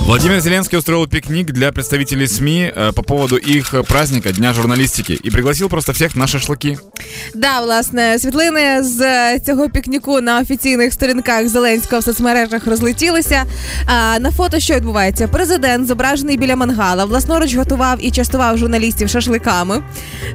Владимир Зеленский устроил пикник для представителей СМИ э, по поводу их э, праздника Дня журналистики и пригласил просто всех на шашлыки. Да, власне, світлини з е, цього пікніку на офіційних сторінках Зеленського в соцмережах розлетілися. А, на фото що відбувається? Президент зображений біля мангала, власноруч готував і частував журналістів шашликами.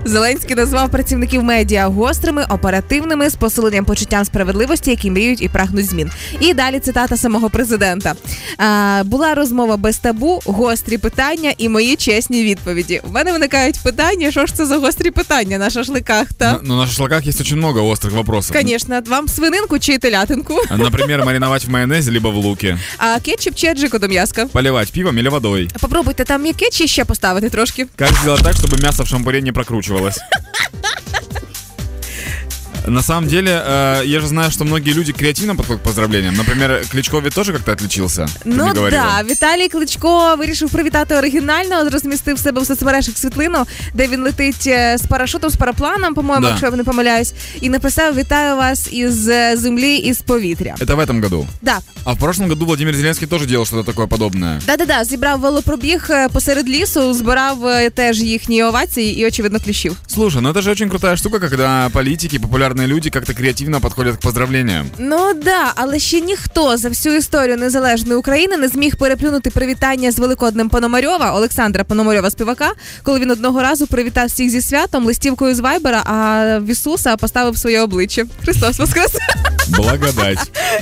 Зеленський назвав працівників медіа гострими, оперативними з посиленням почуттям справедливості, які мріють і прагнуть змін. І далі цитата самого президента. А, була розмова без табу, гострі питання і мої чесні відповіді. У мене виникають питання, що ж це за гострі питання на шашликах та. Н- Но на шашлыках есть очень много острых вопросов. Конечно, вам свининку чи телятинку, Например, мариновать в майонезе либо в луке, а кетчуп чи аджику до м'язка. поливать пивом или водой. Попробуйте там м'яке чи ще поставити трошки. Как сделать так, чтобы мясо в шампуре не прокручивалось? На самом деле, э, я же знаю, что многие люди креативно подходят к поздравлениям. Например, Кличко ведь тоже как-то отличился. ты мне Ну говорила. да, Віталій Кличко вирішив привітати оригінально, розмістив себе в соцмережах світлину, де він летить е, з парашутом, з парапланом, по-моєму, Да. якщо я не помиляюсь, і написав: Вітаю вас із е, землі, із повітря. Это в этом году. Да, А в прошлом году Владимир Зеленский тоже делал что-то такое подобное. да, да, да. Зібрав велопробіг е, посеред лісу, збирав е, теж їхні овації і очевидно кліщів. Слушай, ну это же очень крутая штука, когда политики, популярные люди как-то креативно подходят к поздравлениям. Ну да, але ще ніхто за всю історію незалежної України не зміг переплюнути привітання з великоднем Пономарьова Олександра Пономарьова співака, коли він одного разу привітав всіх зі святом листівкою з Вайбера, а в Ісуса поставив своє обличчя. Христос Воскрес! Благодать.